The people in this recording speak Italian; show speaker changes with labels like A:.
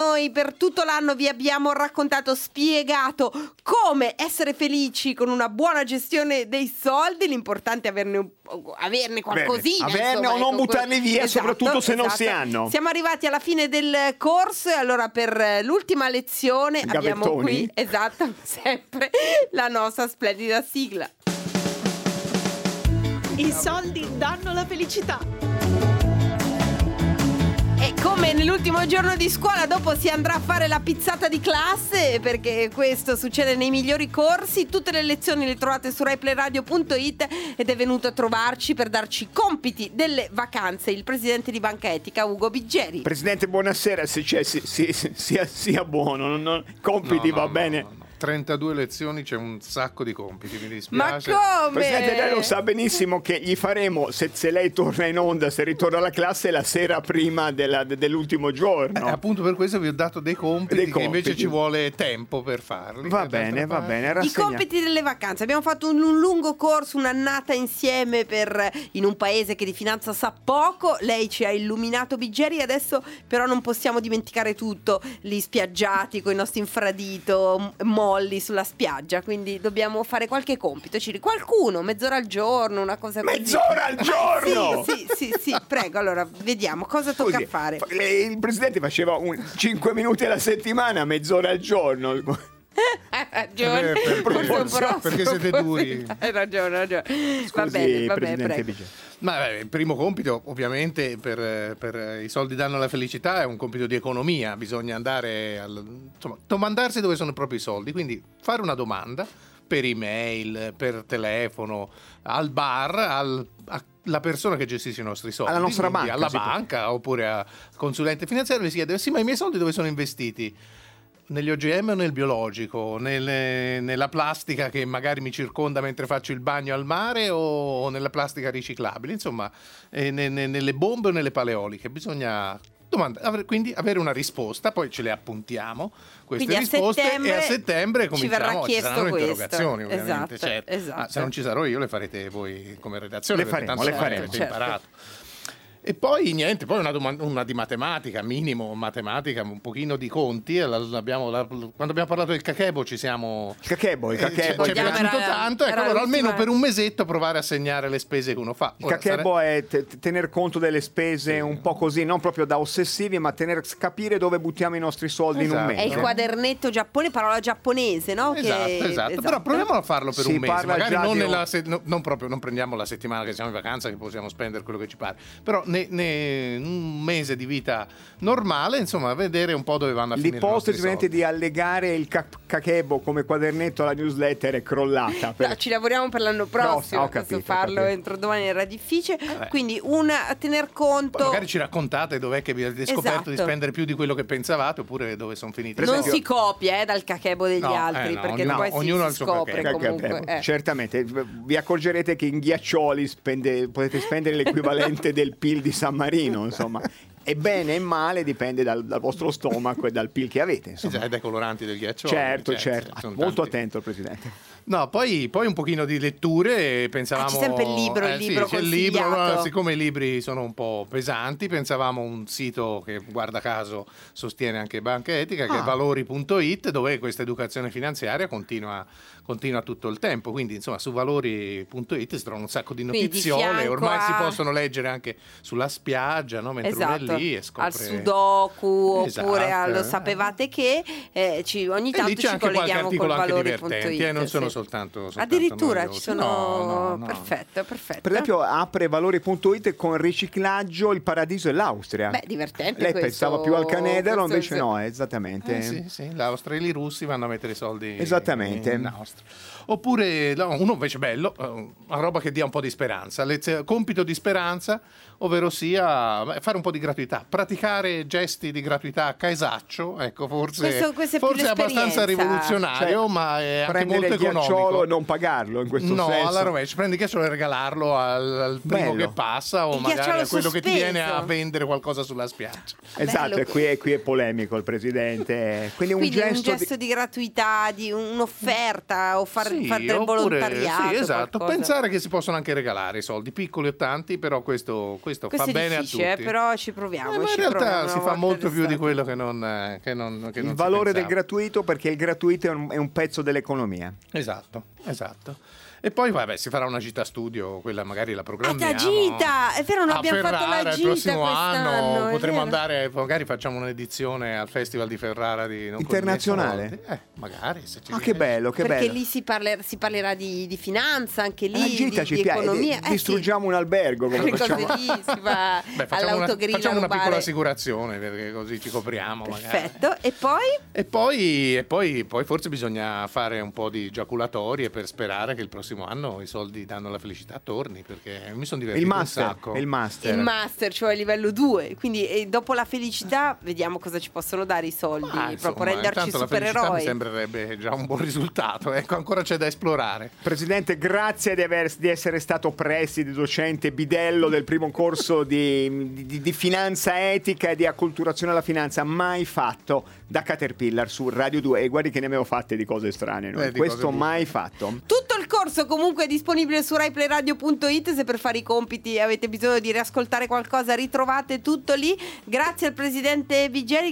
A: noi per tutto l'anno vi abbiamo raccontato, spiegato come essere felici con una buona gestione dei soldi, l'importante è averne, un- averne qualcosina.
B: averne
A: insomma,
B: o non
A: ecco, que- esatto.
B: buttarli via, soprattutto se non si hanno.
A: Siamo arrivati alla fine del corso e allora per eh, l'ultima lezione abbiamo
B: Gavettoni?
A: qui, esatto, sempre la nostra splendida sigla.
C: I soldi danno la felicità.
A: E come nell'ultimo giorno di scuola, dopo si andrà a fare la pizzata di classe, perché questo succede nei migliori corsi. Tutte le lezioni le trovate su RaiPlayRadio.it ed è venuto a trovarci per darci i compiti delle vacanze il presidente di Banca Etica, Ugo Biggeri.
B: Presidente, buonasera. Se c'è, si- si- sia, sia buono. non- non- compiti
D: No,
B: va
D: no, no,
B: bene.
D: no, no. 32 lezioni, c'è un sacco di compiti, mi
A: Ma
D: dispiace.
A: come?
B: Presidente, lei lo sa benissimo che gli faremo, se, se lei torna in onda, se ritorna alla classe, la sera prima della- de- dell'ultimo
D: Eh,
B: giorno.
D: appunto per questo vi ho dato dei compiti,
B: Dei
D: che invece
B: compiti.
D: ci vuole tempo per farli. Eh,
B: va
D: D'altra
B: bene, va
D: parte-
B: bene.
A: I
B: rassegna-
A: compiti delle vacanze. Abbiamo fatto un, un lungo corso, un'annata insieme per, in un paese che di finanza sa poco. Lei ci ha illuminato Biggeri, adesso però non possiamo dimenticare tutto. Lì spiaggiati con i nostri infradito, m- molli sulla spiaggia. Quindi dobbiamo fare qualche compito. Ci ri- qualcuno, mezz'ora al giorno, una cosa così.
B: Mezz'ora al giorno!
A: Ah, Sì, sì, sì, sì, prego. Allora, vediamo cosa tocca
B: Scusi,
A: fare.
B: fa- eh, Il presidente faceva 5 minuti alla settimana, mezz'ora al giorno.
A: Hai ragione.
D: Eh, per-
A: Forse un po'
D: perché siete duri.
A: Hai ragione, hai ragione. va
B: Scusi,
A: bene, va bene,
B: presidente
A: prego.
B: Biggeri.
D: Ma vabbè, il primo compito, ovviamente, per, per i soldi danno la felicità, è un compito di economia. Bisogna andare al, insomma, domandarsi dove sono i propri soldi. Quindi fare una domanda per email, per telefono, al bar, al- alla persona che gestisce i nostri soldi.
B: Alla nostra
D: quindi
B: banca,
D: Alla
B: si può.
D: banca oppure al consulente finanziario e si chiede: sì, ma i miei soldi dove sono investiti? negli OGM o nel biologico, Nelle- nella plastica che magari mi circonda mentre faccio il bagno al mare o nella plastica riciclabile, insomma, eh, ne- ne- nelle bombe o nelle paleoliche. Bisogna domanda- avere- quindi avere una risposta, poi ce le appuntiamo queste
A: Quindi a
D: risposte e a
A: settembre
D: settembre
A: ci
D: cominciamo,
A: verrà chiesto
D: saranno
A: questo.
D: interrogazioni ovviamente,
A: Esatto,
D: certo.
A: esatto.
D: Ah, se non ci sarò io le farete voi come redazione,
B: Le
D: perché
B: faremo,
D: tanto
B: le
D: ormai
B: faremo. certo.
D: avete imparato. E poi niente, poi una, doma- una di matematica, minimo matematica, un pochino di conti. e la- l'abbiamo- la- quando abbiamo parlato del cachebo ci siamo...
B: Il cachebo, il
D: eh, ci-
B: cachebo.
D: Ci è
A: Vogliamo-
D: piaciuto
A: era-
D: tanto, ecco,
A: era
D: allora
A: l'ultima-
D: almeno per un mesetto provare a segnare le spese che uno fa.
B: Il
D: Ora,
B: cachebo è te- te- tener conto delle spese un po' così, non proprio da ossessivi, ma tener, capire dove buttiamo i nostri soldi in un
D: Esatto.
B: mese.
A: È il quadernetto giapponone, parola giapponese, no? Che-
D: Esatto, esatto. però proviamo a farlo per
B: Si
D: un mese,
B: parla
D: magari
B: già
D: non,
B: di
D: nella
B: un-
D: se- no- non proprio, non prendiamo la settimana che siamo in vacanza, che possiamo spendere quello che ci pare, però ne, ne- un mese di vita normale, insomma, vedere un po' dove vanno a finire. i
B: L'ipotesi
D: nostri
B: ovviamente
D: soldi.
B: di allegare il ca- cachebo come quadernetto alla newsletter è crollata. per-
A: No, cioè, ci lavoriamo per l'anno prossimo.
B: ho
A: posso
B: capito, ho
A: farlo
B: capito.
A: entro domani era difficile.
D: Vabbè.
A: Quindi una a tener
D: Eh. Poi
A: conto.
D: magari ci raccontate dov'è che vi avete scoperto di
A: Esatto.
D: spendere più di quello che pensavate oppure dove sono finiti. i
A: non
D: soldi.
A: si copia eh, dal cachebo degli
D: No, eh,
A: altri,
D: no,
A: perché
D: ognuno-
A: poi si-
D: ognuno ha
A: si,
D: il suo
A: scopre
D: cachebo. Cioè,
A: comunque.
B: Cachebo,
A: eh.
B: boh. Certamente, vi accorgerete che in ghiaccioli spende- potete spendere l'equivalente del PIL di San Marino, insomma. E bene e male dipende dal, dal vostro stomaco e dal PIL che avete, insomma.
D: Esatto, Cioè, dai coloranti del ghiaccio.
B: Certo, certo. Molto attento il presidente.
D: No, poi, poi un pochino di letture, eh, pensavamo... Eh,
A: Ah, c'è sempre il libro, il
D: sì,
A: libro
D: c'è il libro,
A: consigliato.
D: allora, siccome i libri sono un po' pesanti, pensavamo un sito che guarda caso sostiene anche Banca Etica, che
B: Ah.
D: è valori.it, dove questa educazione finanziaria continua, continua tutto il tempo. Quindi, insomma, su valori.it si trovano un sacco di
A: Quindi di
D: notiziole,
A: fianco
D: ormai si
A: a-
D: possono leggere anche sulla spiaggia, no? mentre uno
A: Esatto,
D: è lì e scopre...
A: al sudoku oppure
D: Esatto,
A: allo
D: eh.
A: sapevate che eh, ci- ogni
D: E
A: tanto
D: lì c'è
A: ci
D: anche qualche
A: colleghiamo col
D: articolo anche
A: valore.it
D: divertente, eh, non sono
A: sì.
D: soltanto, soltanto
A: addirittura
D: noiosi.
A: ci sono
D: No, no, no.
A: perfetto perfetto
B: Per esempio apre valori.it con riciclaggio il paradiso e l'Austria.
A: Beh, divertente
B: Lei
A: questo-
B: pensava più al Canedaro,
A: questo-
B: invece no, eh, esattamente.
D: Eh, sì, sì, l'Austria e i russi vanno a mettere i soldi
B: Esattamente.
D: in Austria. Oppure no, uno invece bello, eh, una roba che dia un po' di speranza, lez- compito di speranza, ovvero sia beh, fare un po' di gratuità, praticare gesti di gratuità a casaccio, ecco, forse,
A: Questo- questo è più
D: forse abbastanza
A: l'esperienza.
D: rivoluzionario, ma è anche
B: Cioè, prendere
D: molto
B: il ghiacciolo
D: economico.
B: e non pagarlo in questo
D: no,
B: senso.
D: alla rovescia, prendi il ghiacciolo e regalarlo al, al primo
B: Bello.
D: che passa o
A: Il
D: magari
A: ghiacciolo
D: a quello che ti viene a
A: sospeso.
D: vendere qualcosa sulla spiaggia.
B: Esatto,
A: Bello.
B: e qui, è- qui è polemico il presidente. eh. Quindi,
A: quindi
B: un gesto,
A: di...
B: di-
A: gratuità, di un'offerta o far,
D: Sì,
A: far del
D: oppure-
A: volontariato.
D: sì, esatto.
A: qualcosa.
D: Pensare che si possono anche regalare i soldi, piccoli o tanti, però questo, questo
A: Questo
D: fa
A: è
D: bene a tutti.
A: difficile, eh, però ci proviamo.
D: Eh, ma in
A: ci
D: realtà
A: proviamo
D: si
A: una
D: fa
A: volta
D: molto più di
A: d'estate.
D: quello che non, eh, che non- che non
B: Il
D: si
B: valore del
D: pensava.
B: gratuito perché il gratuito è un, è un pezzo dell'economia.
D: Esatto, esatto. E poi vabbè, si farà una gita studio, quella magari la programmiamo.
A: Ah, la gita! È vero, non
D: A
A: abbiamo fatto la
D: Ferrara,
A: gita
D: il prossimo
A: quest'anno,
D: anno
A: è
D: potremo
A: vero.
D: andare, magari facciamo un'edizione al Festival di Ferrara di non
B: Internazionale?
D: Colline Sordi. Eh, magari se ci
B: Ah, che
D: riesci.
B: bello, che
A: Perché
B: bello. Eh,
A: lì si, parler- si parlerà di, di finanza, anche
D: Eh,
A: lì,
B: la gita
A: di,
B: ci
A: di
B: piace,
A: economia. Eh, sì.
B: distruggiamo un albergo come
A: Quelle cose
B: facciamo.
A: lì si va
D: Beh, facciamo, una,
A: all'autogrill
D: facciamo
A: a
D: una piccola
A: rubare.
D: assicurazione perché così ci copriamo magari.
A: Perfetto. E poi?
D: E, poi, e poi, poi forse bisogna fare un po' di giaculatorie per sperare che il prossimo anno i soldi danno la felicità torni perché mi sono divertito
B: Il
D: un
B: master,
D: sacco.
B: il master.
A: Il master, cioè livello 2. Quindi eh, dopo la felicità vediamo cosa ci possono dare i soldi.
D: Ma,
A: proprio
D: Ah, insomma,
A: renderci
D: intanto la felicità mi
A: supereroi.
D: sembrerebbe già un buon risultato, ecco, ancora c'è da esplorare.
B: Presidente, grazie di, aver- di essere stato preside, docente, bidello del primo corso di, di- di finanza etica e di acculturazione alla finanza mai fatto da Caterpillar su Radio 2. E guardi che ne avevo fatte di cose strane, noi.
D: Eh, di
B: questo
D: cose
B: mai fatto.
A: Tutto il corso comunque è disponibile su raiplayradio.it se per fare i compiti avete bisogno di riascoltare qualcosa ritrovate tutto lì. Grazie al presidente Vigeri,